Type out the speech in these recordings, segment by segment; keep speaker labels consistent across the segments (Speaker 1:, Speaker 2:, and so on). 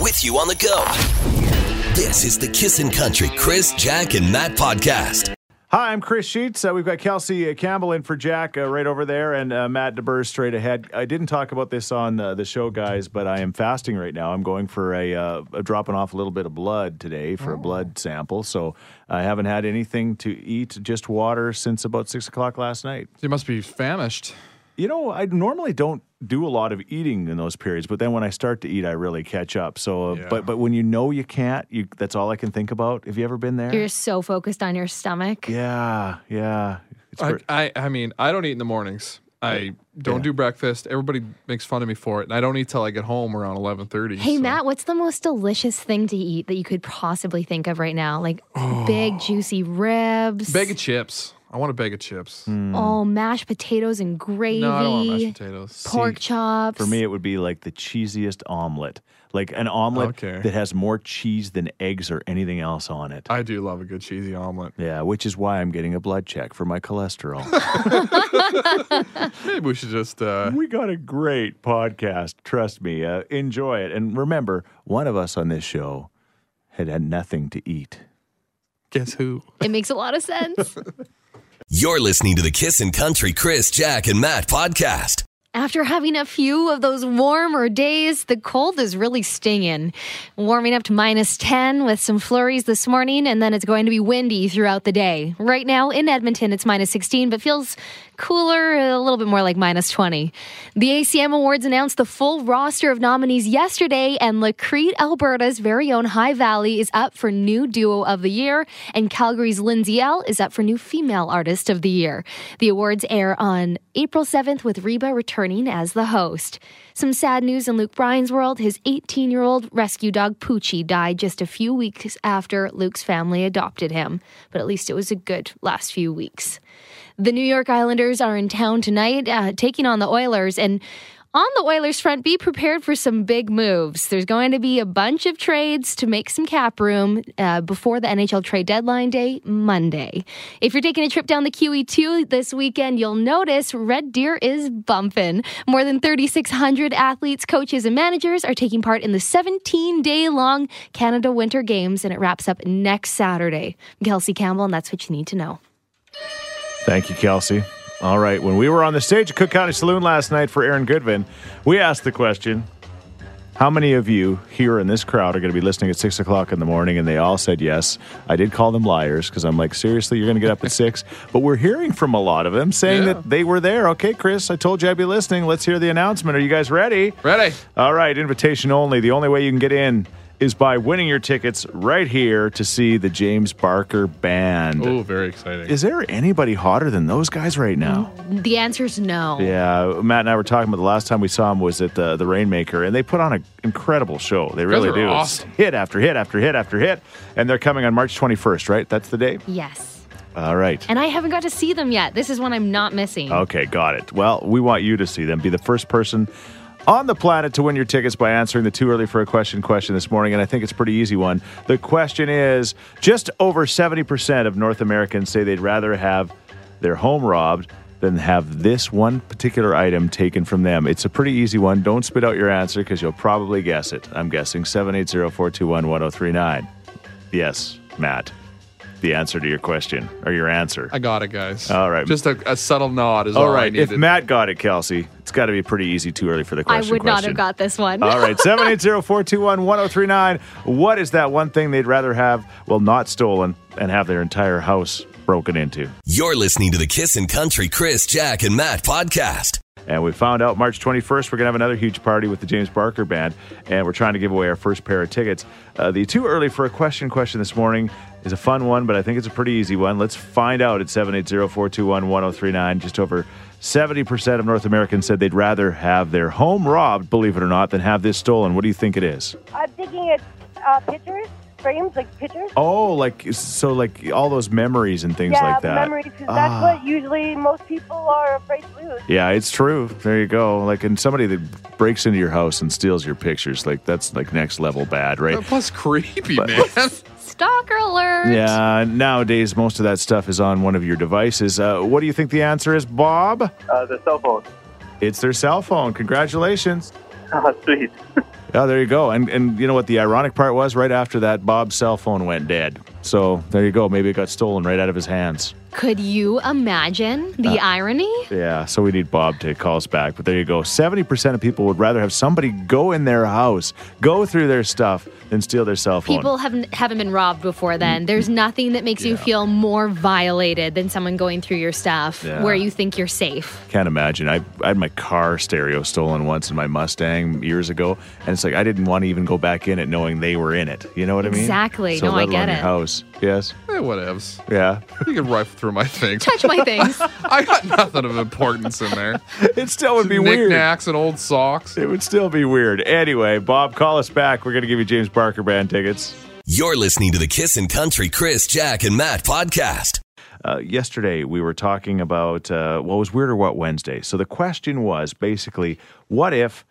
Speaker 1: with you on the go. This is the Kissin' Country Chris, Jack, and Matt podcast.
Speaker 2: Hi, I'm Chris Sheets. Uh, we've got Kelsey uh, Campbell in for Jack uh, right over there, and uh, Matt DeBurr straight ahead. I didn't talk about this on uh, the show, guys, but I am fasting right now. I'm going for a, uh, a dropping off a little bit of blood today for a blood sample. So I haven't had anything to eat, just water since about six o'clock last night.
Speaker 3: You must be famished.
Speaker 2: You know, I normally don't do a lot of eating in those periods, but then when I start to eat, I really catch up. So, uh,
Speaker 3: Yeah.
Speaker 2: but but when you know you can't, you that's all I can think about. Have you ever been there?
Speaker 4: You're so focused on your stomach.
Speaker 2: yeah, yeah. It's
Speaker 3: I,
Speaker 2: ver-
Speaker 3: I, I mean, I don't eat in the mornings. I don't do breakfast. Everybody makes fun of me for it, and I don't eat till I get home around eleven thirty.
Speaker 4: Hey, Matt, what's the most delicious thing to eat that you could possibly think of right now? Like
Speaker 3: Oh.
Speaker 4: big, juicy ribs.
Speaker 3: bag of chips. I want a bag of chips.
Speaker 4: Oh, mashed potatoes and gravy.
Speaker 3: Hmm. No, I don't want mashed potatoes.
Speaker 4: Pork chops.
Speaker 2: For me, it would be like the cheesiest omelet, like an omelet
Speaker 3: Okay.
Speaker 2: that has more cheese than eggs or anything else on it.
Speaker 3: I do love a good cheesy omelet.
Speaker 2: yeah, which is why I'm getting a blood check for my cholesterol.
Speaker 3: Maybe we should just. Uh,
Speaker 2: we got a great podcast. Trust me. Uh, enjoy it. And remember, one of us on this show had had nothing to eat.
Speaker 3: guess who?
Speaker 4: It makes a lot of sense.
Speaker 1: You're listening to the Kissin' Country Chris, Jack, and Matt podcast.
Speaker 4: After having a few of those warmer days, the cold is really stinging. Warming up to minus 10 with some flurries this morning, and then it's going to be windy throughout the day. Right now in Edmonton, it's minus 16, but feels cooler, a little bit more like minus 20. The ACM Awards announced the full roster of nominees yesterday, and Lacrete, Alberta's very own High Valley is up for New Duo of the Year, and Calgary's Lindsay L is up for New Female Artist of the Year. The awards air on April 7th with Reba returning as the host. Some sad news in Luke Bryan's world. His 18 year old rescue dog Poochie died just a few weeks after Luke's family adopted him, but at least it was a good last few weeks. The New York Islanders are in town tonight, uh, taking on the Oilers. And on the Oilers front, be prepared for some big moves. There's going to be a bunch of trades to make some cap room uh, before the NHL trade deadline day, Monday. If you're taking a trip down the QE2 this weekend, you'll notice Red Deer is bumping. More than 3,600 athletes, coaches, and managers are taking part in the 17 day long Canada Winter Games, and it wraps up next Saturday. I'm Kelsey Campbell, and that's what you need to know.
Speaker 2: Thank you, Kelsey. All right. When we were on the stage at Cook County Saloon last night for Aaron Goodvin, we asked the question How many of you here in this crowd are going to be listening at six o'clock in the morning? And they all said yes. I did call them liars because I'm like, seriously, you're going to get up at six? But we're hearing from a lot of them saying
Speaker 3: Yeah.
Speaker 2: that they were there. Okay, Chris, I told you I'd be listening. Let's hear the announcement. Are you guys ready?
Speaker 3: Ready?
Speaker 2: All right, invitation only. The only way you can get in is by winning your tickets right here to see the James Barker Band.
Speaker 3: Oh, very exciting.
Speaker 2: Is there anybody hotter than those guys right now?
Speaker 4: The answer is no.
Speaker 2: Yeah, Matt and I were talking about the last time we saw him was at the, the Rainmaker, and they put on an incredible show. They really
Speaker 3: are
Speaker 2: do. It's
Speaker 3: awesome.
Speaker 2: Hit after hit after hit after hit, and they're coming on March 21st, right? That's the date?
Speaker 4: Yes.
Speaker 2: All right.
Speaker 4: And I haven't got to see them yet. This is one I'm not missing.
Speaker 2: Okay, got it. Well, we want you to see them. Be the first person on the planet to win your tickets by answering the too early for a question question this morning, and I think it's a pretty easy one. The question is just over 70% of North Americans say they'd rather have their home robbed than have this one particular item taken from them. It's a pretty easy one. Don't spit out your answer because you'll probably guess it. I'm guessing 780 421 1039. Yes, Matt. The answer to your question or your answer.
Speaker 3: I got it, guys.
Speaker 2: All right.
Speaker 3: Just a, a subtle nod is all,
Speaker 2: All
Speaker 3: I
Speaker 2: right. If
Speaker 3: needed.
Speaker 2: Matt got it, Kelsey, it's got to be pretty easy too early for the
Speaker 4: I
Speaker 2: question.
Speaker 4: would not
Speaker 2: question. Uh,
Speaker 4: have got this one.
Speaker 2: All right. 780 421 1039. What is that one thing they'd rather have, well, not stolen, and have their entire house broken into?
Speaker 1: You're listening to the Kissin' Country Chris, Jack, and Matt podcast.
Speaker 2: And we found out March 21st, we're going to have another huge party with the James Barker Band, and we're trying to give away our first pair of tickets. Uh, the too early for a question question this morning is a fun one, but I think it's a pretty easy one. Let's find out at 780 421 1039. Just over 70% of North Americans said they'd rather have their home robbed, believe it or not, than have this stolen. What do you think it is?
Speaker 5: I'm thinking it's uh, pictures, frames, like pictures.
Speaker 2: Oh, like, so like all those memories and things
Speaker 5: yeah,
Speaker 2: like that.
Speaker 5: memories. 'cause that's
Speaker 2: Ah.
Speaker 5: what usually most people are afraid to lose.
Speaker 2: Yeah, it's true. There you go. Like, and somebody that breaks into your house and steals your pictures, like, that's like next level bad, right?
Speaker 3: Uh, Plus, creepy, man. Eh,
Speaker 4: Stalker alert.
Speaker 2: Yeah, nowadays most of that stuff is on one of your devices. Uh, what do you think the answer is, Bob?
Speaker 6: Uh, the cell phone.
Speaker 2: It's their cell phone. Congratulations.
Speaker 6: Oh, sweet.
Speaker 2: Oh, there you go. And and you know what the ironic part was? Right after that, Bob's cell phone went dead. So there you go. Maybe it got stolen right out of his hands.
Speaker 4: Could you imagine
Speaker 2: Uh,
Speaker 4: the irony?
Speaker 2: Yeah. So we need Bob to call us back. But there you go. Seventy percent of people would rather have somebody go in their house, go through their stuff, than steal their cell phone.
Speaker 4: People haven't haven't been robbed before
Speaker 2: Mm.
Speaker 4: then. There's nothing that makes you feel more violated than someone going through your stuff
Speaker 2: Yeah.
Speaker 4: where you think you're safe.
Speaker 2: Can't imagine. I, I had my car stereo stolen once in my Mustang years ago, and it's like I didn't want to even go back in it knowing they were in it. You know what I mean?
Speaker 4: Exactly.
Speaker 2: So
Speaker 4: No, I
Speaker 2: let
Speaker 4: get
Speaker 2: alone
Speaker 4: it.
Speaker 2: Your house. Yes.
Speaker 3: Eh, whatevs.
Speaker 2: Yeah.
Speaker 3: You can rifle through my things.
Speaker 4: Touch my things.
Speaker 3: I got nothing of importance in there.
Speaker 2: it still would be weird.
Speaker 3: Knickknacks and old socks.
Speaker 2: It would still be weird. Anyway, Bob, call us back. We're going to give you James Barker band tickets.
Speaker 1: You're listening to the Kissin' Country Chris, Jack, and Matt podcast.
Speaker 2: Uh, yesterday, we were talking about uh, what was weird or what Wednesday. So the question was basically, what if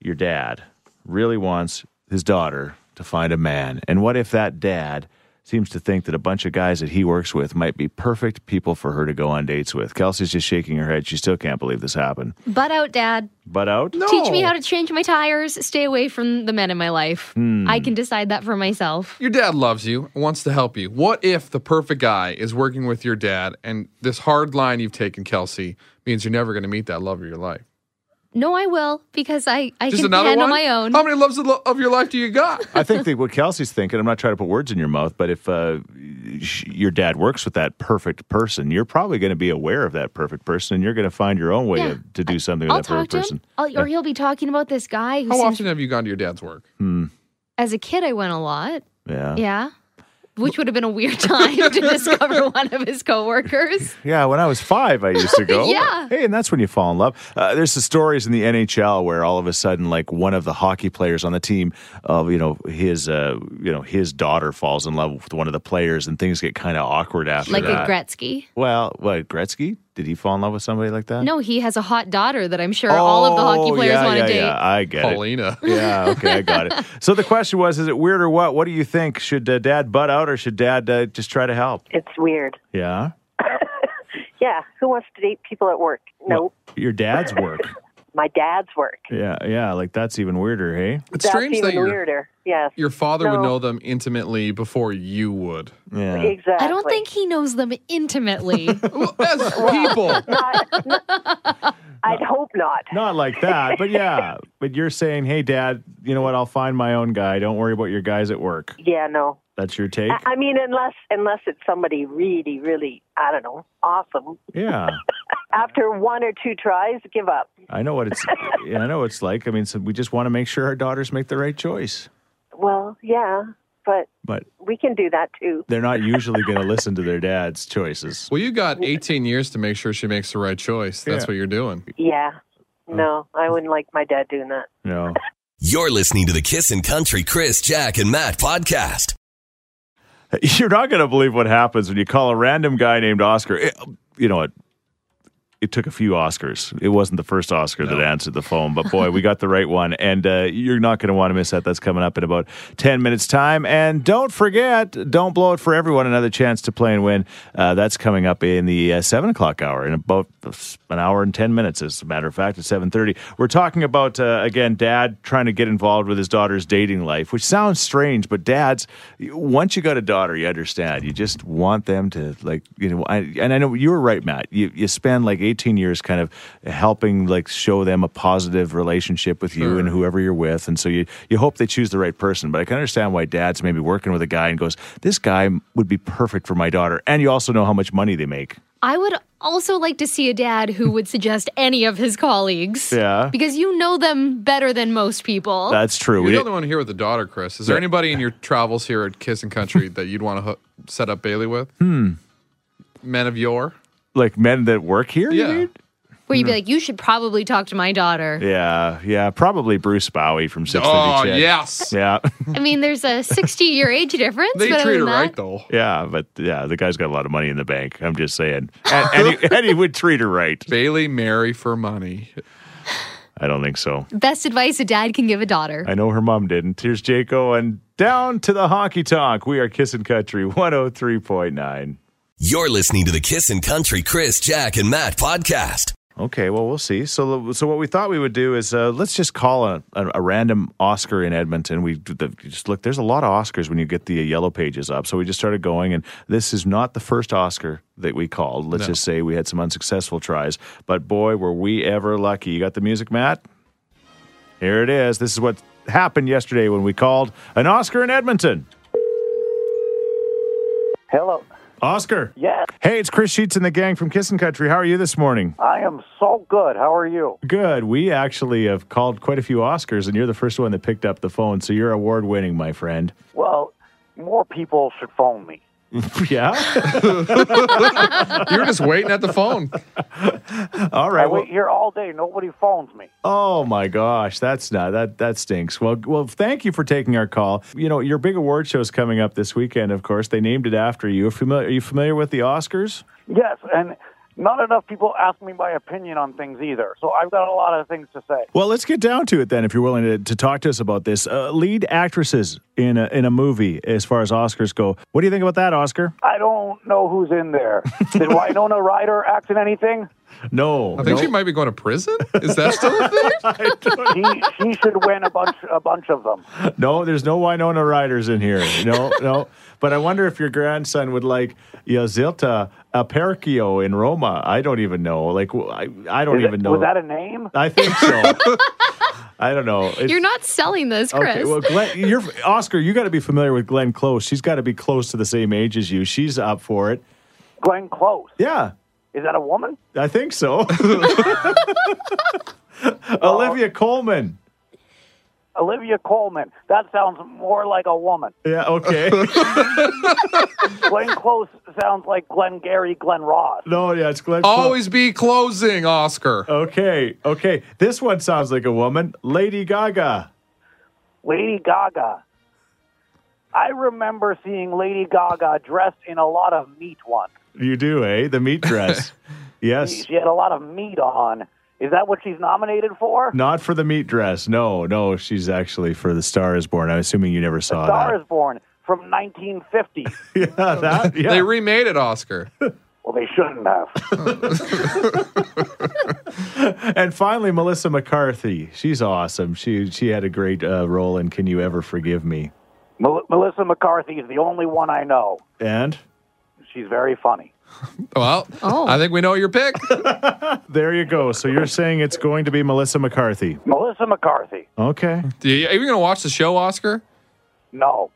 Speaker 2: your dad really wants his daughter to find a man? And what if that dad seems to think that a bunch of guys that he works with might be perfect people for her to go on dates with? Kelsey's just shaking her head. She still can't believe this happened.
Speaker 4: Butt out, Dad.
Speaker 2: But out? No.
Speaker 4: Teach me how to change my tires. Stay away from the men in my life.
Speaker 2: Hmm.
Speaker 4: I can decide that for myself.
Speaker 3: Your dad loves you, and wants to help you. What if the perfect guy is working with your dad, and this hard line you've taken, Kelsey, means you're never going to meet that love of your life?
Speaker 4: No, I will because I I
Speaker 3: Just
Speaker 4: can
Speaker 3: another
Speaker 4: handle
Speaker 3: one.
Speaker 4: my own.
Speaker 2: Oh,
Speaker 3: How many loves of, lo- of your life do you got?
Speaker 2: I think that what Kelsey's thinking, I'm not trying to put words in your mouth, but if uh, sh- your dad works with that perfect person, you're probably going to be aware of that perfect person and you're going to find your own way
Speaker 4: Yeah.
Speaker 2: to, to do something with
Speaker 4: I'll
Speaker 2: that perfect
Speaker 4: talk to
Speaker 2: person.
Speaker 4: him, I'll, or he'll be talking about this guy. Who
Speaker 3: How
Speaker 4: seems,
Speaker 3: often have you gone to your dad's work?
Speaker 4: as a kid, I went a lot.
Speaker 2: Yeah. yeah.
Speaker 4: Yeah. Which would have been a weird time to discover one of his coworkers.
Speaker 2: When I was five, I used to go.
Speaker 4: Yeah.
Speaker 2: Hey, and that's when you fall in love. Uh, there's the stories in the NHL where all of a sudden, like one of the hockey players on the team, of you know his, uh, you know his daughter falls in love with one of the players, and things get kind of awkward after
Speaker 4: Like
Speaker 2: that.
Speaker 4: with Gretzky.
Speaker 2: well, what Gretzky? Did he fall in love with somebody like that?
Speaker 4: No, he has a hot daughter that I'm sure all of the hockey
Speaker 2: Oh,
Speaker 4: players
Speaker 2: yeah,
Speaker 4: want
Speaker 2: yeah,
Speaker 4: to date.
Speaker 2: Yeah, I get it.
Speaker 3: Paulina.
Speaker 2: Yeah, okay, I got it. So the question was, is it weird or what? What do you think? Should uh, dad butt out or should dad uh, just try to help?
Speaker 5: It's weird.
Speaker 2: Yeah.
Speaker 5: Yeah. Who wants to date people at work? No.
Speaker 2: Your dad's work.
Speaker 5: My dad's work.
Speaker 2: Yeah, yeah, like that's even weirder, hey?
Speaker 3: It's
Speaker 5: That's
Speaker 3: strange
Speaker 5: even
Speaker 3: that your
Speaker 5: weirder. Yes.
Speaker 3: your father would
Speaker 5: No.
Speaker 3: know them intimately before you would.
Speaker 2: Yeah.
Speaker 5: Exactly.
Speaker 4: I don't think he knows them intimately.
Speaker 3: Well, As people,
Speaker 5: I'd hope not.
Speaker 2: Not like that, but yeah. But you're saying, hey, dad, you know what? I'll find my own guy. Don't worry about your guys at work.
Speaker 5: Yeah. No.
Speaker 2: That's your take?
Speaker 5: I, I mean, unless unless it's somebody really, really, I don't know, awesome.
Speaker 2: Yeah.
Speaker 5: After one or two tries, give up.
Speaker 2: I know what it's yeah, I know what it's like. I mean, so we just want to make sure our daughters make the right choice.
Speaker 5: Well, yeah, but
Speaker 2: But
Speaker 5: we can do that too.
Speaker 2: they're not usually going to listen to their dad's choices.
Speaker 3: well, you got 18 years to make sure she makes the right choice. That's
Speaker 2: Yeah.
Speaker 3: what you're doing.
Speaker 5: Yeah. No, I wouldn't like my dad doing that.
Speaker 2: No.
Speaker 1: You're listening to the Kissin' Country Chris, Jack, and Matt podcast.
Speaker 2: You're not going to believe what happens when you call a random guy named Oscar. It- you know what? It took a few Oscars. It wasn't the first Oscar that answered the phone, but boy, we got the right one. And uh, you're not going to want to miss that. That's coming up in about 10 minutes' time. And don't forget, don't blow it for everyone. Another chance to play and win. Uh, that's coming up in the uh, 7 o'clock hour in about an hour and 10 minutes, as a matter of fact, at 7.30. We're talking about, uh, again, dad trying to get involved with his daughter's dating life, which sounds strange, but dads, once you got a daughter, you understand. You just want them to like, you know. I, and I know you were right, Matt. You you spend like 18 years kind of helping like show them a positive relationship with you and whoever you're with, and so you you hope they choose the right person. But I can understand why dads maybe working with a guy and goes, this guy would be perfect for my daughter, and you also know how much money they make.
Speaker 4: I would also like to see a dad who would suggest any of his colleagues.
Speaker 2: Yeah.
Speaker 4: Because you know them better than most people.
Speaker 2: That's true.
Speaker 3: You're
Speaker 2: We
Speaker 3: Oh, the
Speaker 2: didn't-
Speaker 3: only one here with a daughter, Chris. Is there anybody in your travels here at Kiss and Country that you'd want to hook, set up Bailey with? Hmm. Men of yore.
Speaker 2: like men that work here. you
Speaker 3: Yeah.
Speaker 2: mean?
Speaker 4: where you'd be like, you should probably talk to my daughter.
Speaker 2: Mm. Yeah, yeah, probably Bruce Bowie from Six Thirty.
Speaker 3: Oh yes.
Speaker 2: yeah,
Speaker 4: I mean, there's a 60 year age difference.
Speaker 3: They
Speaker 4: but other
Speaker 3: treat her
Speaker 4: than that,
Speaker 3: right though.
Speaker 2: Yeah, but yeah, the guy's got a lot of money in the bank. I'm just saying, and, and, he, and he would treat her right.
Speaker 3: Bailey marry for money.
Speaker 2: I don't think so.
Speaker 4: Best advice a dad can give a daughter.
Speaker 2: I know her mom didn't. Here's Jaco, and down to the honky tonk. We are kissing country 103.9.
Speaker 1: You're listening to the Kissin' Country Chris, Jack, and Matt podcast.
Speaker 2: Okay, well, we'll see. So, so what we thought we would do is uh, let's just call a, a, a random Oscar in Edmonton. We d- the- just look. There's a lot of Oscars when you get the yellow pages up. So we just started going, and this is not the first Oscar that we called. Let's just say we had some unsuccessful tries, but boy, were we ever lucky! You got the music, Matt. Here it is. This is what happened yesterday when we called an Oscar in Edmonton.
Speaker 6: Hello.
Speaker 2: Oscar.
Speaker 6: Yes,
Speaker 2: Hey, it's Chris Sheets and the gang from Kissin' Country. How are you this morning?
Speaker 6: I am so good. How are you?
Speaker 2: Good. We actually have called quite a few Oscars, and you're the first one that picked up the phone, so you're award winning, my friend.
Speaker 6: Well, more people should phone me.
Speaker 2: yeah.
Speaker 3: You're just waiting at the phone.
Speaker 2: All
Speaker 6: I
Speaker 2: right. Well,
Speaker 6: wait here all day. Nobody phones me.
Speaker 2: oh my gosh, that's not that that stinks. Well, well, thank you for taking our call. You know, your big award show is coming up this weekend. Of course, they named it after you. Are familiar? Are you familiar with the Oscars?
Speaker 6: Yes, and not enough people ask me my opinion on things either. So I've got a lot of things to say.
Speaker 2: Well, let's get down to it then. If you're willing to, to talk to us about this, uh, lead actresses in a, in a movie, as far as Oscars go, what do you think about that, Oscar?
Speaker 6: I don't know who's in there. Did Winona Ryder act in anything?
Speaker 2: No,
Speaker 3: I think she might be going to prison. Is that still a thing?
Speaker 6: She, she should win a bunch a bunch of them.
Speaker 2: No, there's no Winona Riders in here. No, no. But I wonder if your grandson would like Yazilta Apercio in Roma. I don't even know. Like, w- I, I don't
Speaker 6: Is
Speaker 2: even
Speaker 6: it-
Speaker 2: know.
Speaker 6: Was that a name?
Speaker 2: I think so. I don't know. It's-
Speaker 4: You're not selling this, Chris.
Speaker 2: Okay, well, Glenn, you're, Oscar, you got to be familiar with Glenn Close. She's got to be close to the same age as you. She's up for it.
Speaker 6: Glenn Close.
Speaker 2: Yeah,
Speaker 6: Is that a woman?
Speaker 2: I think so. Olivia Coleman.
Speaker 6: Olivia Coleman. That sounds more like a woman.
Speaker 2: Yeah, okay.
Speaker 6: Glenn Close sounds like Glenn Gary, Glenn Ross.
Speaker 2: no, yeah, it's Glenn Close.
Speaker 3: Always be closing, Oscar.
Speaker 2: Okay, okay. This one sounds like a woman. Lady Gaga.
Speaker 6: Lady Gaga. I remember seeing Lady Gaga dressed in a lot of meat once.
Speaker 2: You do, eh? The meat dress. yes.
Speaker 6: She had a lot of meat on. Is that what she's nominated for?
Speaker 2: Not for the meat dress. No, no. She's actually for The Star is Born. I'm assuming you never saw
Speaker 6: Star is Born from 1950.
Speaker 2: that. yeah, that. Yeah.
Speaker 3: They remade it, Oscar.
Speaker 6: well, they shouldn't have.
Speaker 2: and finally, Melissa McCarthy. She's awesome. She she had a great uh, role in Can You Ever Forgive Me?
Speaker 6: Mel- Melissa McCarthy is the only one I know.
Speaker 2: And
Speaker 6: She's very funny.
Speaker 3: Well,
Speaker 4: Oh.
Speaker 3: I think we know your pick.
Speaker 2: there you go. So you're saying it's going to be Melissa McCarthy.
Speaker 6: Melissa McCarthy.
Speaker 2: Okay.
Speaker 3: Do you- Are you going to watch the show, Oscar?
Speaker 6: No.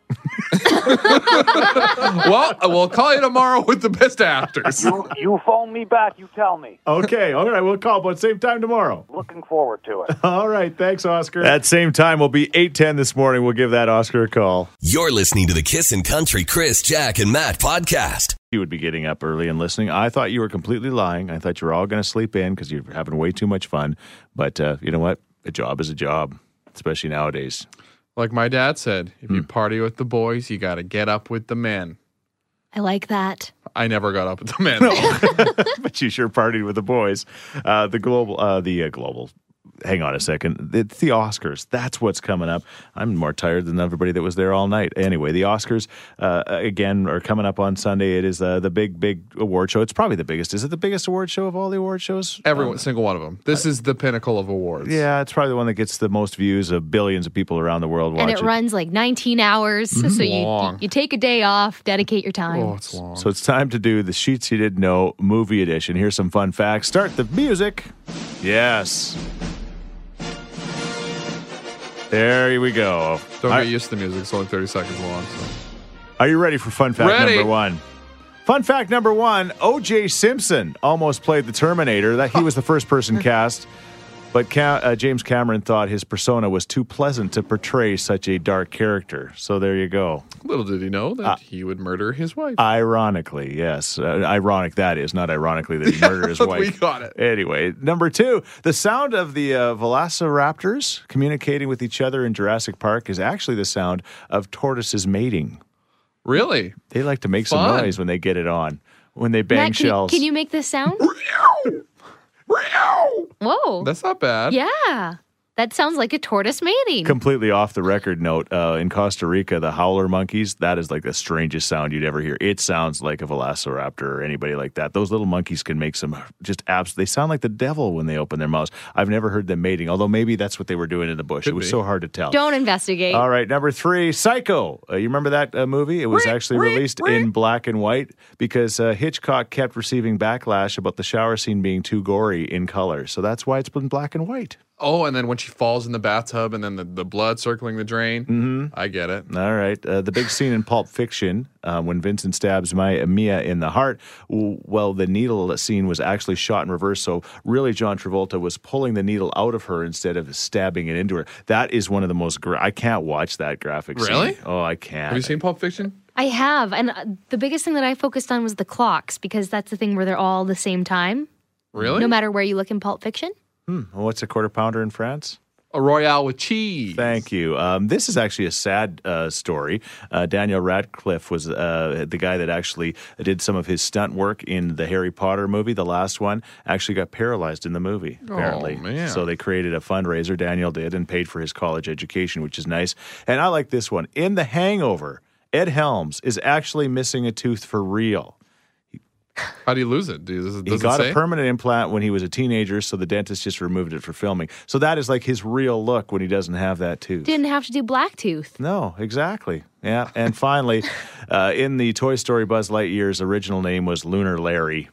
Speaker 3: Well, we'll call you tomorrow with the best actors.
Speaker 6: You, you phone me back, you tell me.
Speaker 2: Okay. All right. We'll call, but same time tomorrow.
Speaker 6: Looking forward to it.
Speaker 2: All right, thanks, Oscar. At same time, we'll be eight ten this morning. We'll give that Oscar a call.
Speaker 1: You're listening to the Kissin' Country Chris, Jack, and Matt podcast.
Speaker 2: You would be getting up early and listening. I thought you were completely lying. I thought you were all going to sleep in because you're having way too much fun. But uh, you know what? A job is a job, especially nowadays.
Speaker 3: Like my dad said, if
Speaker 2: Hmm.
Speaker 3: you party with the boys, you got to get up with the men.
Speaker 4: I like that.
Speaker 3: I never got up with the men.
Speaker 2: but you sure partied with the boys. Uh, the global, uh, the uh, global. Hang on a second. It's the Oscars. That's what's coming up. I'm more tired than everybody that was there all night. Anyway, the Oscars uh, again are coming up on Sunday. It is uh, the big, big award show. It's probably the biggest. Is it the biggest award show of all the award shows?
Speaker 3: Every one- single one of them. This is the pinnacle of awards.
Speaker 2: Yeah, it's probably the one that gets the most views of billions of people around the world
Speaker 4: And
Speaker 2: watching.
Speaker 4: it runs like 19 hours.
Speaker 2: Mm-hmm.
Speaker 4: So you,
Speaker 3: Long.
Speaker 4: you take a day off, dedicate your time.
Speaker 3: Oh, it's long.
Speaker 2: So it's time to do the Sheets You Didn't Know movie edition. Here's some fun facts. Start the music. Yes. There we go.
Speaker 3: Don't
Speaker 2: Are,
Speaker 3: get used to the music. It's only 30 seconds long. So.
Speaker 2: are you ready for fun fact
Speaker 3: Ready.
Speaker 2: number one? Fun fact number one O.J. Simpson almost played the Terminator. That He was the first person cast, but Ca- uh, James Cameron thought his persona was too pleasant to portray such a dark character. So there you go.
Speaker 3: Little did he know that
Speaker 2: Uh,
Speaker 3: he would murder his wife.
Speaker 2: Ironically, yes. Uh, ironic that is, not ironically that he murdered his
Speaker 3: we
Speaker 2: wife.
Speaker 3: got it.
Speaker 2: Anyway, number two, the sound of the uh, velociraptors communicating with each other in Jurassic Park is actually the sound of tortoises mating.
Speaker 3: really?
Speaker 2: They like to make some
Speaker 3: Fun.
Speaker 2: noise when they get it on, when they bang
Speaker 4: Matt, can, you,
Speaker 2: shells.
Speaker 4: can you make this sound? Whoa.
Speaker 3: That's not bad.
Speaker 4: Yeah. That That sounds like a tortoise mating.
Speaker 2: Completely off the record note, uh, in Costa Rica, the howler monkeys, that is like the strangest sound you'd ever hear. It sounds like a velociraptor or anybody like that. Those little monkeys can make some just abs. They sound like the devil when they open their mouths. I've never heard them mating, although maybe that's what they were doing in the bush. it was
Speaker 3: be.
Speaker 2: so hard to tell.
Speaker 4: Don't investigate.
Speaker 2: All right, number three, Psycho. Uh, you remember that uh, movie? It was actually released in black and white because uh, Hitchcock kept receiving backlash about the shower scene being too gory in color. So that's why it's been black and white.
Speaker 3: Oh, and then when she falls in the bathtub and then the, the blood circling the drain. Mm-hmm. I get it.
Speaker 2: All right. Uh, the big scene in Pulp Fiction uh, when Vincent stabs Maya, Mia in the heart. w- Well, the needle scene was actually shot in reverse. So, really, John Travolta was pulling the needle out of her instead of stabbing it into her. That is one of the most. Gra- I can't watch that graphic
Speaker 3: Really?
Speaker 2: scene. Oh, I can't.
Speaker 3: Have you seen Pulp Fiction?
Speaker 4: I have. And uh, the biggest thing that I focused on was the clocks because that's the thing where they're all the same time,
Speaker 3: Really?
Speaker 4: no matter where you look in Pulp Fiction.
Speaker 2: What's a quarter pounder in France?
Speaker 3: A Royale with cheese.
Speaker 2: Thank you. Um, this is actually a sad uh, story. Uh, Daniel Radcliffe was uh, the guy that actually did some of his stunt work in the Harry Potter movie, the last one. Actually, got paralyzed in the movie. Apparently,
Speaker 3: Oh, man.
Speaker 2: so they created a fundraiser. Daniel did and paid for his college education, which is nice. And I like this one. In The Hangover, Ed Helms is actually missing a tooth for real.
Speaker 3: How do you lose it? Dude, does it,
Speaker 2: He
Speaker 3: does it
Speaker 2: got
Speaker 3: say?
Speaker 2: a permanent implant when he was a teenager, so the dentist just removed it for filming. So that is like his real look when he doesn't have that tooth.
Speaker 4: Didn't have to do Blacktooth.
Speaker 2: No, exactly. Yeah. And finally, uh, in the Toy Story Buzz Lightyear's original name was Lunar Larry.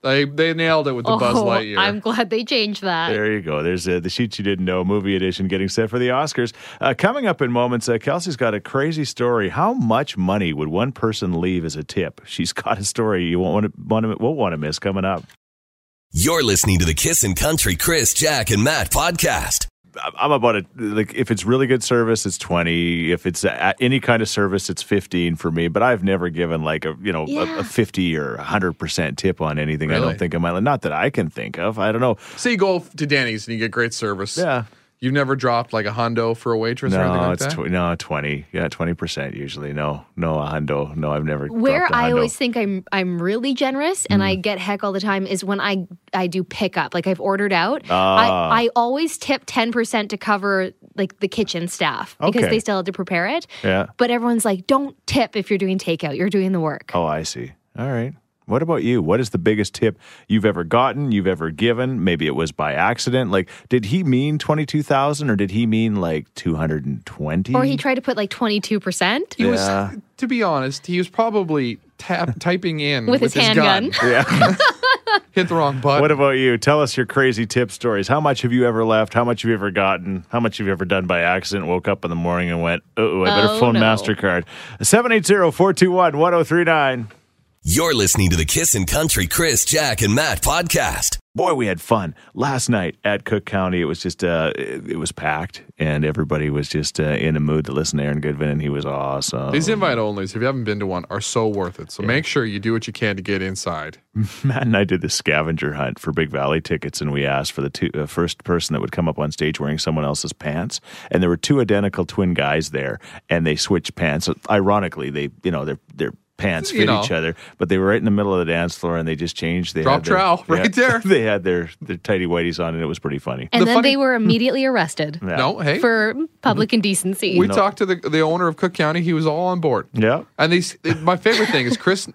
Speaker 3: they, they nailed it with the Buzz Lightyear.
Speaker 4: Oh, I'm glad they changed that.
Speaker 2: There you go. There's uh, the sheet you didn't know movie edition getting set for the Oscars. Uh, coming up in moments, uh, Kelsey's got a crazy story. How much money would one person leave as a tip? She's got a story you won't want to, want to, won't want to miss coming up.
Speaker 1: You're listening to the Kissin' Country Chris, Jack, and Matt podcast.
Speaker 2: I'm- I'm about it. Like, if it's really good service, it's twenty. If it's a, any kind of service, it's fifteen for me. But I've never given like a you know a,
Speaker 4: Yeah.
Speaker 2: a fifty or hundred percent tip on anything. I
Speaker 3: Really?
Speaker 2: don't think in my life, not that I can think of. I don't know.
Speaker 3: So you go to Denny's and you get great service.
Speaker 2: Yeah.
Speaker 3: You've never dropped like a hondo for a waitress or anything
Speaker 2: No,
Speaker 3: like
Speaker 2: it's
Speaker 3: that?
Speaker 2: tw- no twenty. Yeah, twenty percent usually. No, no a hundo. No, I've never.
Speaker 4: Where
Speaker 2: dropped a
Speaker 4: I
Speaker 2: hundo.
Speaker 4: always think I'm I'm really generous and
Speaker 2: Mm.
Speaker 4: I get heck all the time is when I I do pickup. Like I've ordered out.
Speaker 2: Ah.
Speaker 4: I, I always tip ten percent to cover like the kitchen staff because
Speaker 2: Okay.
Speaker 4: they still had to prepare it.
Speaker 2: Yeah.
Speaker 4: But everyone's like, don't tip if you're doing takeout. You're doing the work.
Speaker 2: Oh, I see. All right. What about you? What is the biggest tip you've ever gotten? You've ever given? Maybe it was by accident. Like, did he mean twenty two thousand, or did he mean like two hundred and twenty?
Speaker 4: Or he tried to put like twenty two percent.
Speaker 3: He
Speaker 2: Yeah.
Speaker 3: was, to be honest, he was probably tap, typing in
Speaker 4: With his handgun.
Speaker 3: gun. Hit the wrong button.
Speaker 2: What about you? Tell us your crazy tip stories. How much have you ever left? How much have you ever gotten? How much have you ever done by accident? Woke up in the morning and went, oh, I better
Speaker 4: Oh,
Speaker 2: phone
Speaker 4: no.
Speaker 2: MasterCard. 780 421 1039.
Speaker 1: You're listening to the Kissin' Country Chris, Jack, and Matt podcast.
Speaker 2: Boy, we had fun last night at Cook County. It was just, uh, it, it was packed, and everybody was just uh, in a mood to listen to Aaron Goodvin, and he was awesome.
Speaker 3: These invite onlys, if you haven't been to one, are so worth it. So make sure you do what you can to get inside.
Speaker 2: Matt and I did this scavenger hunt for Big Valley tickets, and we asked for the two, uh, first person that would come up on stage wearing someone else's pants. And there were two identical twin guys there, and they switched pants. So ironically, they you know their their pants fit
Speaker 3: You know.
Speaker 2: each other, but they were right in the middle of the dance floor, and they just changed. They had
Speaker 3: Drop
Speaker 2: their-
Speaker 3: trowel,
Speaker 2: they
Speaker 3: right
Speaker 2: had-
Speaker 3: there.
Speaker 2: They had their their tidy whities on, and it was pretty funny.
Speaker 4: And
Speaker 3: The
Speaker 4: then
Speaker 3: funny-
Speaker 4: they were immediately arrested
Speaker 2: Yeah. Mm-hmm.
Speaker 3: No, hey.
Speaker 4: for public indecency.
Speaker 3: we talked to the, the owner of Cook County. He was all on board.
Speaker 2: Yeah.
Speaker 3: And these, my favorite thing is Chris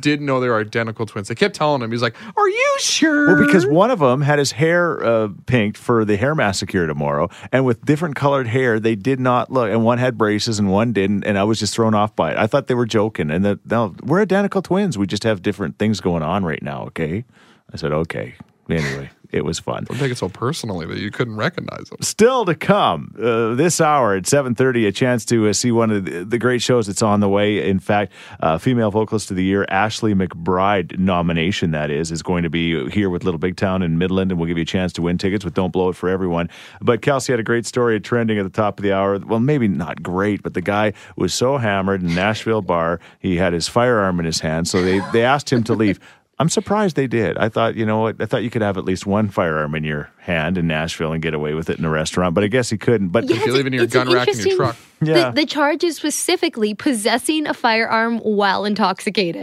Speaker 3: didn't know they were identical twins. They kept telling him. He's like, Are you sure?
Speaker 2: Well, because one of them had his hair uh, pinked for the hair massacre tomorrow, and with different colored hair, they did not look. And one had braces and one didn't, and I was just thrown off by it. I thought they were joking, and that no, we're identical twins. We just have different things going on right now. Okay, I said okay. Anyway, it was fun.
Speaker 3: I take it so personally that you couldn't recognize him.
Speaker 2: Still to come uh, this hour at 7.30, a chance to uh, see one of the, the great shows that's on the way. In fact, uh, Female Vocalist of the Year, Ashley McBride nomination, that is, is going to be here with Little Big Town in Midland, and we'll give you a chance to win tickets with Don't Blow It for Everyone. But Kelsey had a great story trending at the top of the hour. Well, maybe not great, but the guy was so hammered in Nashville bar, he had his firearm in his hand, so they, they asked him to leave. I'm surprised they did. I thought, you know what? I thought you could have at least one firearm in your hand in Nashville and get away with it in a restaurant, but I guess he couldn't. But
Speaker 4: Yeah,
Speaker 3: If you
Speaker 4: it's
Speaker 3: leave
Speaker 4: a-
Speaker 3: in your
Speaker 4: it's an
Speaker 3: gun rack in your
Speaker 4: interesting-
Speaker 3: truck,
Speaker 2: Yeah.
Speaker 4: The, the charge is specifically possessing a firearm while intoxicated.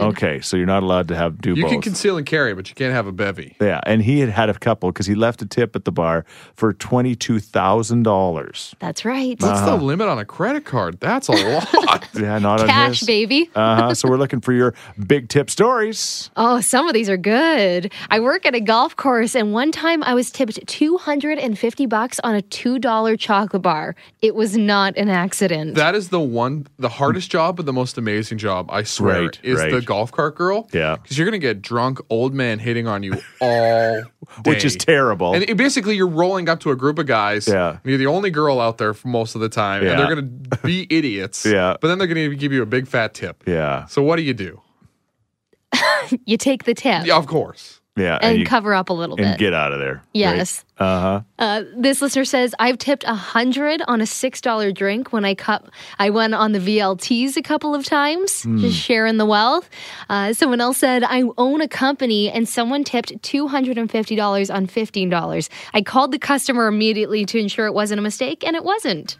Speaker 2: Okay, so you're not allowed to have do
Speaker 3: You
Speaker 2: both.
Speaker 3: can conceal and carry, but you can't have a bevy.
Speaker 2: yeah, and he had had a couple because he left a tip at the bar for twenty two thousand dollars.
Speaker 4: That's right.
Speaker 3: What's
Speaker 2: Uh-huh.
Speaker 3: the limit on a credit card? That's a lot.
Speaker 2: Yeah, not on
Speaker 4: Cash,
Speaker 2: his.
Speaker 4: baby.
Speaker 2: Uh-huh. so we're looking for your big tip stories.
Speaker 4: Oh, some of these are good. I work at a golf course, and one time I was tipped 250 bucks on a $2 chocolate bar. It was not an accident.
Speaker 3: that is the one, the hardest job, but the most amazing job. I swear,
Speaker 2: Right,
Speaker 3: is the
Speaker 2: right.
Speaker 3: golf cart girl.
Speaker 2: Yeah.
Speaker 3: because you're gonna get drunk old man hitting on you all,
Speaker 2: Which is
Speaker 3: day.
Speaker 2: terrible.
Speaker 3: And it- basically, you're rolling up to a group of guys.
Speaker 2: Yeah.
Speaker 3: and you're the only girl out there for most of the time,
Speaker 2: Yeah.
Speaker 3: and they're gonna be idiots.
Speaker 2: Yeah.
Speaker 3: but then they're gonna give you a big fat tip.
Speaker 2: yeah,
Speaker 3: So what do you do?
Speaker 4: you take the tip
Speaker 3: Yeah, of course.
Speaker 2: yeah,
Speaker 4: and
Speaker 2: you-
Speaker 4: cover up a little
Speaker 2: and
Speaker 4: bit.
Speaker 2: get out of there.
Speaker 4: Yes.
Speaker 2: Uh
Speaker 3: Uh-huh.
Speaker 2: huh.
Speaker 4: Uh, this listener says, I've tipped a hundred on a six dollar drink when I cup I went on the VLTs a couple of times,
Speaker 3: Hmm.
Speaker 4: just sharing the wealth. Uh, someone else said, I own a company and someone tipped two hundred and fifty dollars on fifteen dollars. I called the customer immediately to ensure it wasn't a mistake, and it wasn't.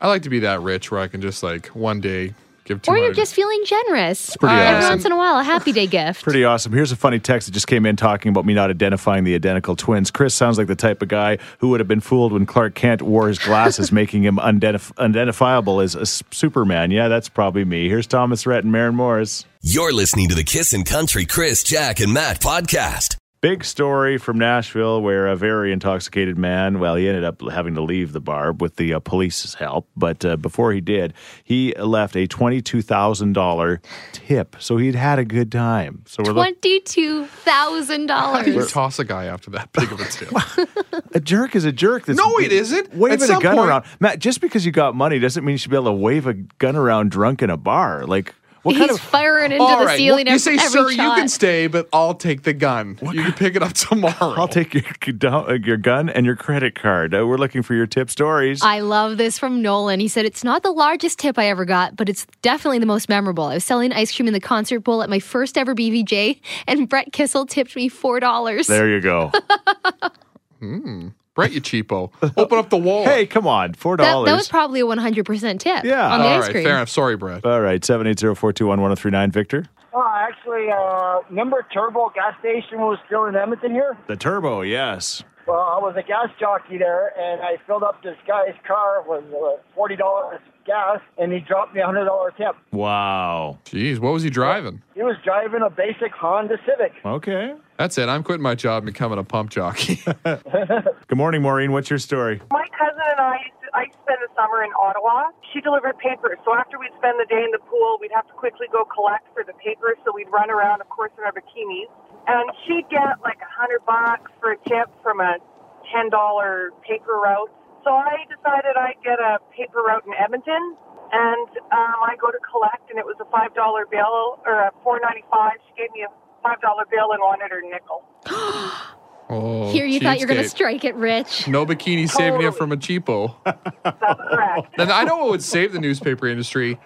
Speaker 3: I like to be that rich where I can just like one day give. 200.
Speaker 4: Or you're just feeling generous.
Speaker 2: pretty
Speaker 4: Every
Speaker 2: awesome.
Speaker 4: once in a while, a happy day gift.
Speaker 2: Pretty awesome. Here's a funny text that just came in talking about me not identifying the identical twins. Chris sounds like the type of guy who would have been fooled when Clark Kent wore his glasses, making him undenif- unidentifiable as a s- Superman. Yeah, that's probably me. Here's Thomas Rhett and Maren Morris.
Speaker 1: You're listening to the Kissin' Country Chris, Jack, and Matt podcast.
Speaker 2: Big story from Nashville where a very intoxicated man, well, he ended up having to leave the bar with the uh, police's help. But uh, before he did, he left a $22,000 tip. So he'd had a good time. So we're looking.
Speaker 4: Twenty-two thousand
Speaker 3: How do
Speaker 4: dollars.
Speaker 3: you toss a guy after that big of a tip?
Speaker 2: A jerk is a jerk. That's
Speaker 3: No, it isn't. At
Speaker 2: Waving a
Speaker 3: some
Speaker 2: gun
Speaker 3: point-
Speaker 2: around, Matt. Just because you got money doesn't mean you should be able to wave a gun around drunk in a bar. Like what
Speaker 4: He's
Speaker 2: kind of
Speaker 4: firing into
Speaker 3: All
Speaker 4: the
Speaker 3: right,
Speaker 4: ceiling
Speaker 3: well, you
Speaker 4: every,
Speaker 3: say,
Speaker 4: every
Speaker 3: sir, you
Speaker 4: shot.
Speaker 3: can stay, but I'll take the gun. You can pick it up tomorrow.
Speaker 2: I'll take your your gun and your credit card. Uh, we're looking for your tip stories.
Speaker 4: I love this from Nolan. He said, It's not the largest tip I ever got, but it's definitely the most memorable. I was selling ice cream in the concert bowl at my first ever BVJ, and Brett Kissel tipped me $4.
Speaker 2: there you go.
Speaker 3: Brett, you cheapo. Open up the wall.
Speaker 2: hey, come on, four
Speaker 4: that, that was
Speaker 2: dollars.
Speaker 4: probably a 100% tip.
Speaker 2: Yeah.
Speaker 4: On the
Speaker 3: All
Speaker 4: ice
Speaker 3: right,
Speaker 4: cream.
Speaker 3: fair enough. Sorry, Brett.
Speaker 2: All right, seven eight zero four two one one zero three nine. Victor,
Speaker 7: Uh, actually, uh, remember Turbo gas station was still in Edmonton here?
Speaker 2: the turbo. Yes.
Speaker 7: Well, I was a gas jockey there, and I filled up this guy's car with uh, forty dollars gas, and he dropped me a hundred dollar tip.
Speaker 2: Wow.
Speaker 3: Jeez, what was he driving?
Speaker 7: He was driving a basic Honda Civic.
Speaker 2: Okay.
Speaker 3: That's it. I'm quitting my job and becoming a pump jockey.
Speaker 2: Good morning, Maureen. What's your story?
Speaker 8: My cousin and I, I spent the summer in Ottawa. She delivered papers. So after we'd spend the day in the pool, we'd have to quickly go collect for the papers. So we'd run around, of course, in our bikinis. And she'd get like a hundred bucks for a tip from a ten dollar paper route. So I decided I'd get a paper route in Edmonton, and um, I go to collect, and it was a five dollar bill or a four ninety five. She gave me a five dollar bill and wanted her nickel.
Speaker 3: Oh,
Speaker 4: Here you thought you were going
Speaker 3: cheapskate.
Speaker 4: to strike it rich.
Speaker 3: No bikini saving you from a cheapo.
Speaker 8: That's correct.
Speaker 3: Then I know what would save the newspaper industry: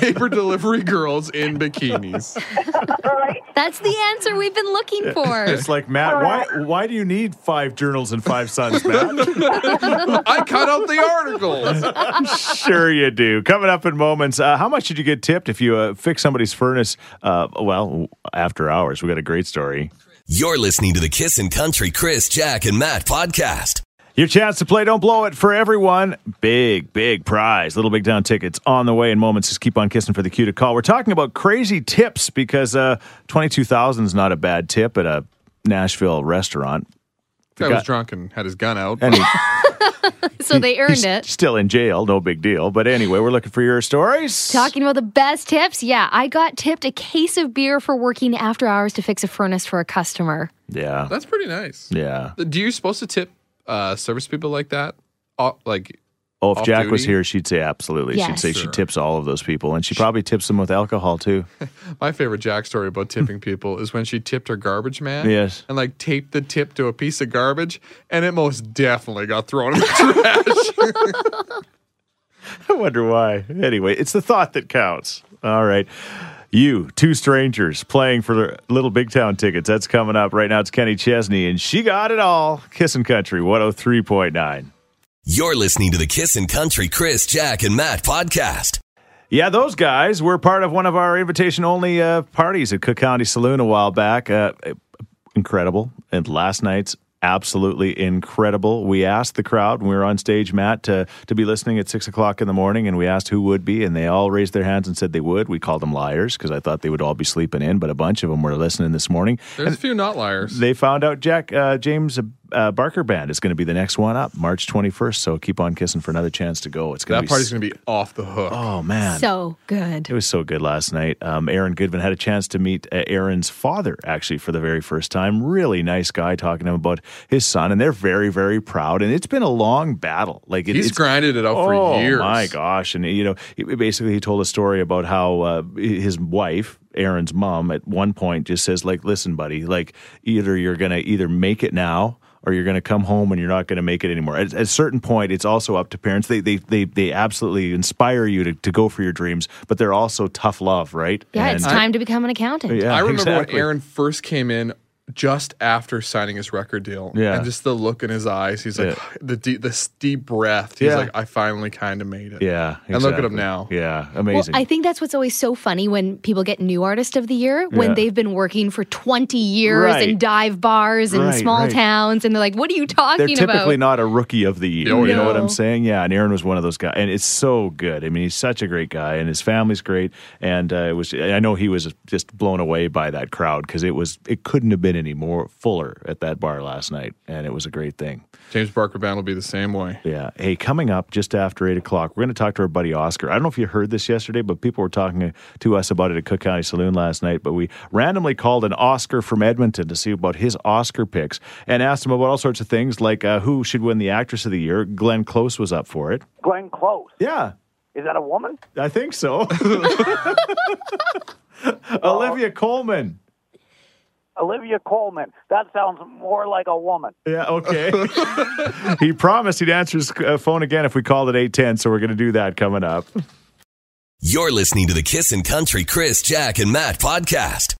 Speaker 3: paper delivery girls in bikinis.
Speaker 8: All right.
Speaker 4: That's the answer we've been looking for.
Speaker 2: It's like Matt. Why? Why do you need five journals and five sons, Matt?
Speaker 3: I cut out the articles.
Speaker 2: sure you do. Coming up in moments, uh, how much did you get tipped if you uh, fix somebody's furnace? Uh, well, after hours, we got a great story.
Speaker 1: You're listening to the Kissin' Country Chris, Jack, and Matt podcast.
Speaker 2: Your chance to play Don't Blow It for everyone. Big, big prize. Little Big Down tickets on the way in moments. Just keep on kissing for the cue to call. We're talking about crazy tips because uh, 22,000 is not a bad tip at a Nashville restaurant.
Speaker 3: Guy
Speaker 2: Forgot-
Speaker 3: was drunk and had his gun out.
Speaker 2: And he-
Speaker 4: so they
Speaker 2: he's
Speaker 4: earned it.
Speaker 2: still in jail, no big deal. But anyway, we're looking for your stories.
Speaker 4: Talking about the best tips, yeah, I got tipped a case of beer for working after hours to fix a furnace for a customer.
Speaker 2: Yeah.
Speaker 3: That's pretty nice.
Speaker 2: Yeah.
Speaker 3: Do you supposed to tip uh, service people like that? Uh, like,
Speaker 2: Oh, if
Speaker 3: Off
Speaker 2: Jack was
Speaker 3: duty?
Speaker 2: here, she'd say absolutely. She'd
Speaker 4: Yes.
Speaker 2: say she
Speaker 3: Sure.
Speaker 2: tips all of those people, and she probably tips them with alcohol too.
Speaker 3: my favorite Jack story about tipping people is when she tipped her garbage man.
Speaker 2: Yes.
Speaker 3: And like taped the tip to a piece of garbage, and it most definitely got thrown in the trash.
Speaker 2: I wonder why. Anyway, it's the thought that counts. All right. You, two strangers playing for the Little Big Town tickets. That's oh coming up. Right now, it's Kenny Chesney, and she got it all. Kissin' Country 103.9.
Speaker 1: You're listening to the Kissin' Country Chris, Jack, and Matt podcast.
Speaker 2: Yeah, those guys were part of one of our invitation only uh, parties at Cook County Saloon a while back. Uh, incredible. And last night's absolutely incredible. We asked the crowd, when we were on stage, Matt, to, to be listening at six o'clock in the morning, and we asked who would be, and they all raised their hands and said they would. We called them liars because I thought they would all be sleeping in, but a bunch of them were listening this morning.
Speaker 3: There's a few not liars.
Speaker 2: They found out Jack uh, James uh, Barker Band is going to be the next one up, March 21st. So keep on kissing for another chance to go. It's going to
Speaker 3: That
Speaker 2: be
Speaker 3: party's going to be off the hook.
Speaker 2: oh man,
Speaker 4: So good.
Speaker 2: it was so good last night. Um, Aaron Goodman had a chance to meet uh, Aaron's father actually for the very first time. Really nice guy talking to him about his son, and they're very very proud. And it's been a long battle. Like it,
Speaker 3: He's
Speaker 2: it's,
Speaker 3: grinded it out
Speaker 2: oh,
Speaker 3: for years.
Speaker 2: my gosh! And you know, he, basically, he told a story about how uh, his wife, Aaron's mom, at one point just says, "Like, listen, buddy, like either you're gonna either make it now." Or you're going to come home and you're not going to make it anymore. At, at a certain point, it's also up to parents. They they they, they absolutely inspire you to, to go for your dreams, but they're also tough love, right?
Speaker 4: Yeah, it's
Speaker 2: And-
Speaker 4: time to become an accountant.
Speaker 2: Yeah,
Speaker 3: I remember
Speaker 2: exactly.
Speaker 3: when Aaron first came in just after signing his record deal.
Speaker 2: Yeah.
Speaker 3: And just the look in his eyes. He's like,
Speaker 2: Yeah.
Speaker 3: the deep, this deep breath. He's
Speaker 2: Yeah.
Speaker 3: like, I finally kind of made it.
Speaker 2: Yeah,
Speaker 3: And look at
Speaker 2: exactly.
Speaker 3: him now.
Speaker 2: Yeah,
Speaker 4: Well,
Speaker 2: amazing.
Speaker 4: I think that's what's always so funny when people get new artist of the year when
Speaker 2: Yeah.
Speaker 4: they've been working for 20 years
Speaker 2: Right.
Speaker 4: in dive bars and
Speaker 2: Right,
Speaker 4: small
Speaker 2: right.
Speaker 4: towns and they're like, what are you
Speaker 2: they're
Speaker 4: talking
Speaker 2: typically
Speaker 4: about?
Speaker 2: not a rookie of the year.
Speaker 3: Oh,
Speaker 2: You know
Speaker 4: yeah.
Speaker 2: what I'm
Speaker 4: No.
Speaker 2: saying? Yeah, and Aaron was one of those guys, and it's so good. I mean, he's such a great guy, and his family's great. And uh, it was, I know he was just blown away by that crowd because it was, it couldn't have been any more fuller at that bar last night, and it was a great thing.
Speaker 3: James Barker Band will be the same way.
Speaker 2: Yeah. Hey, coming up just after eight o'clock, we're going to talk to our buddy Oscar. I don't know if you heard this yesterday, but people were talking to us about it at Cook County Saloon last night. But we randomly called an Oscar from Edmonton to see about his Oscar picks and asked him about all sorts of things like uh, who should win the Actress of the Year. Glenn Close was up for it.
Speaker 6: Glenn Close.
Speaker 2: Yeah,
Speaker 6: Is that a woman?
Speaker 2: I think so. Olivia Coleman.
Speaker 6: Olivia Coleman. That sounds more like a woman.
Speaker 2: Yeah, okay. he promised he'd answer his uh, phone again if we called at 810, so we're going to do that coming up.
Speaker 1: You're listening to the Kissin' Country Chris, Jack, and Matt podcast.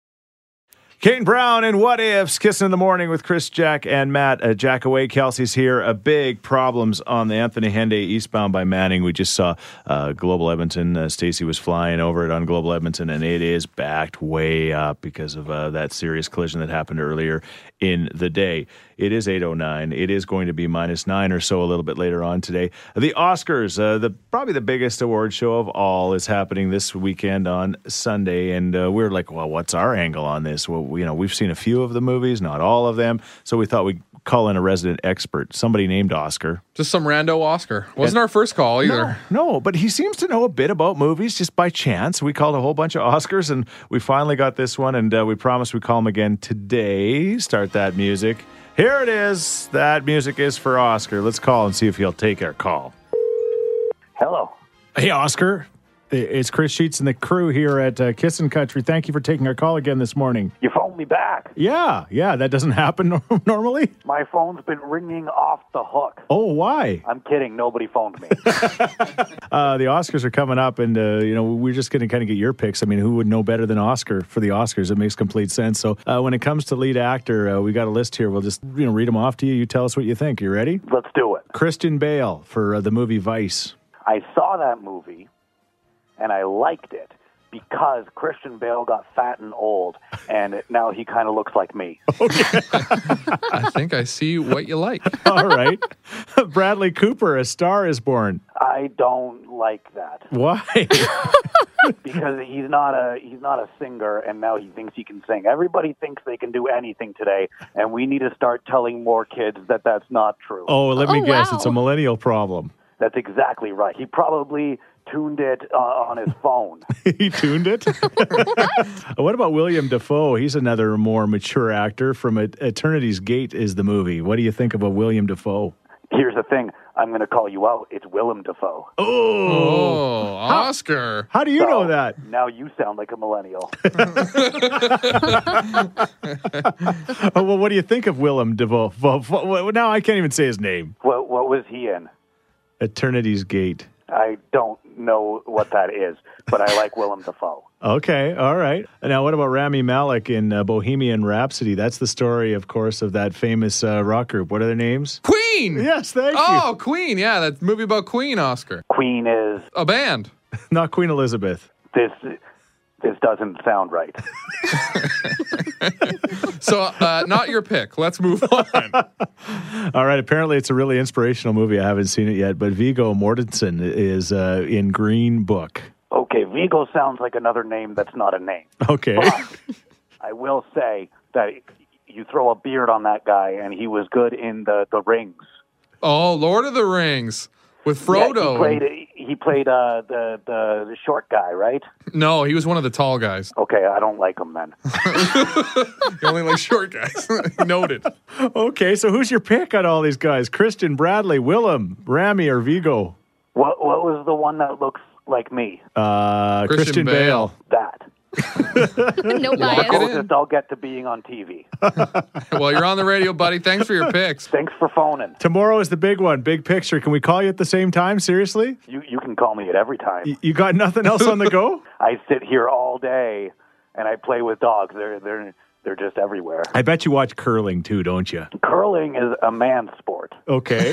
Speaker 2: Kane Brown and What Ifs, Kissing in the Morning with Chris, Jack, and Matt. Uh, Jack away, Kelsey's here. A big problems on the Anthony Henday eastbound by Manning. We just saw uh, Global Edmonton. Uh, Stacy was flying over it on Global Edmonton, and it is backed way up because of uh, that serious collision that happened earlier in the day. It is 8.09. It is going to be minus 9 or so a little bit later on today. The Oscars, uh, the probably the biggest award show of all, is happening this weekend on Sunday. And uh, we are like, well, what's our angle on this? Well, we- you know, we've seen a few of the movies, not all of them. So we thought we'd call in a resident expert, somebody named Oscar.
Speaker 3: Just some rando Oscar. Wasn't our first call either.
Speaker 2: No, but he seems to know a bit about movies just by chance. We called a whole bunch of Oscars, and we finally got this one, and uh, we promised we'd call him again today. Start that music. Here it is. That music is for Oscar. Let's call and see if he'll take our call.
Speaker 6: Hello.
Speaker 2: Hey, Oscar. I- It's Chris Sheets and the crew here at uh, Kissin' Country. Thank you for taking our call again this morning.
Speaker 6: You phoned me back.
Speaker 2: Yeah, yeah, that doesn't happen nor- normally.
Speaker 6: My phone's been ringing off the hook.
Speaker 2: Oh, why?
Speaker 6: I'm kidding. Nobody phoned me.
Speaker 2: Uh, the Oscars are coming up, and uh, you know we're just going to kind of get your picks. I mean, who would know better than Oscar for the Oscars? It makes complete sense. So uh, when it comes to lead actor, uh, we got a list here. We'll just you know read them off to you. You tell us what you think. You ready?
Speaker 6: Let's do it.
Speaker 2: Christian Bale for uh, the movie Vice.
Speaker 6: I saw that movie and I liked it because Christian Bale got fat and old and now he kind of looks like me.
Speaker 3: I think I see what you like.
Speaker 2: All right, Bradley Cooper, A Star Is Born.
Speaker 6: I don't like that
Speaker 2: Why?
Speaker 6: because he's not a he's not a singer and now he thinks he can sing. Everybody thinks they can do anything today and we need to start telling more kids that that's not true.
Speaker 2: Oh, let me
Speaker 4: Oh,
Speaker 2: guess.
Speaker 4: wow.
Speaker 2: It's a millennial problem.
Speaker 6: That's exactly right. He probably tuned it uh, on his phone.
Speaker 2: he tuned it. what about William Defoe? He's another more mature actor from Et- Eternity's Gate is the movie. What do you think of a William Defoe?
Speaker 6: Here's the thing, I'm going to call you out. It's Willem Dafoe.
Speaker 3: Oh, Oscar.
Speaker 2: How do you know
Speaker 6: So,
Speaker 2: that?
Speaker 6: Now you sound like a millennial.
Speaker 2: Oh, well, what do you think of Willem Defoe? Well, now I can't even say his name.
Speaker 6: what, what was he in?
Speaker 2: Eternity's Gate.
Speaker 6: I don't know what that is, but I like Willem Dafoe.
Speaker 2: Okay, all right. Now, what about Rami Malek in uh, Bohemian Rhapsody? That's the story, of course, of that famous uh, rock group. What are their names?
Speaker 3: Queen.
Speaker 2: Yes, thank
Speaker 3: Oh, Queen. Yeah, that movie about Queen, Oscar.
Speaker 6: Queen is
Speaker 3: A band.
Speaker 2: you. Not Queen Elizabeth.
Speaker 6: this. This doesn't sound right.
Speaker 3: So, uh, not your pick. Let's move on.
Speaker 2: All right. Apparently, it's a really inspirational movie. I haven't seen it yet, but Vigo Mortensen is uh, in Green Book.
Speaker 6: Okay, Vigo sounds like another name that's not a name.
Speaker 2: Okay.
Speaker 6: I will say that you throw a beard on that guy, and he was good in the the rings.
Speaker 3: Oh, Lord of the Rings with
Speaker 6: Yeah, he
Speaker 3: Frodo.
Speaker 6: played he played uh, the, the the short guy, right?
Speaker 3: no, he was one of the tall guys.
Speaker 6: Okay, I don't like him then.
Speaker 3: He only likes short guys. Noted.
Speaker 2: okay. So, who's your pick on all these guys? Christian Bradley, Willem, Rami, or Vigo?
Speaker 6: What what was the one that looks like me?
Speaker 2: Uh,
Speaker 3: Christian
Speaker 2: Christian Bale.
Speaker 3: Bale.
Speaker 6: That.
Speaker 4: no
Speaker 3: Lock it
Speaker 4: bias.
Speaker 3: in.
Speaker 6: Closest I'll get to being on TV.
Speaker 3: Well, you're on the radio, buddy. Thanks for your picks.
Speaker 6: Thanks for phoning.
Speaker 2: Tomorrow is the big one, big picture. Can we call you at the same time? Seriously?
Speaker 6: You you can call me at every time.
Speaker 2: Y- You got nothing else on the go?
Speaker 6: I sit here all day and I play with dogs. They're they're they're just everywhere.
Speaker 2: I bet you watch curling too, don't you?
Speaker 6: Curling is a man's sport.
Speaker 2: Okay.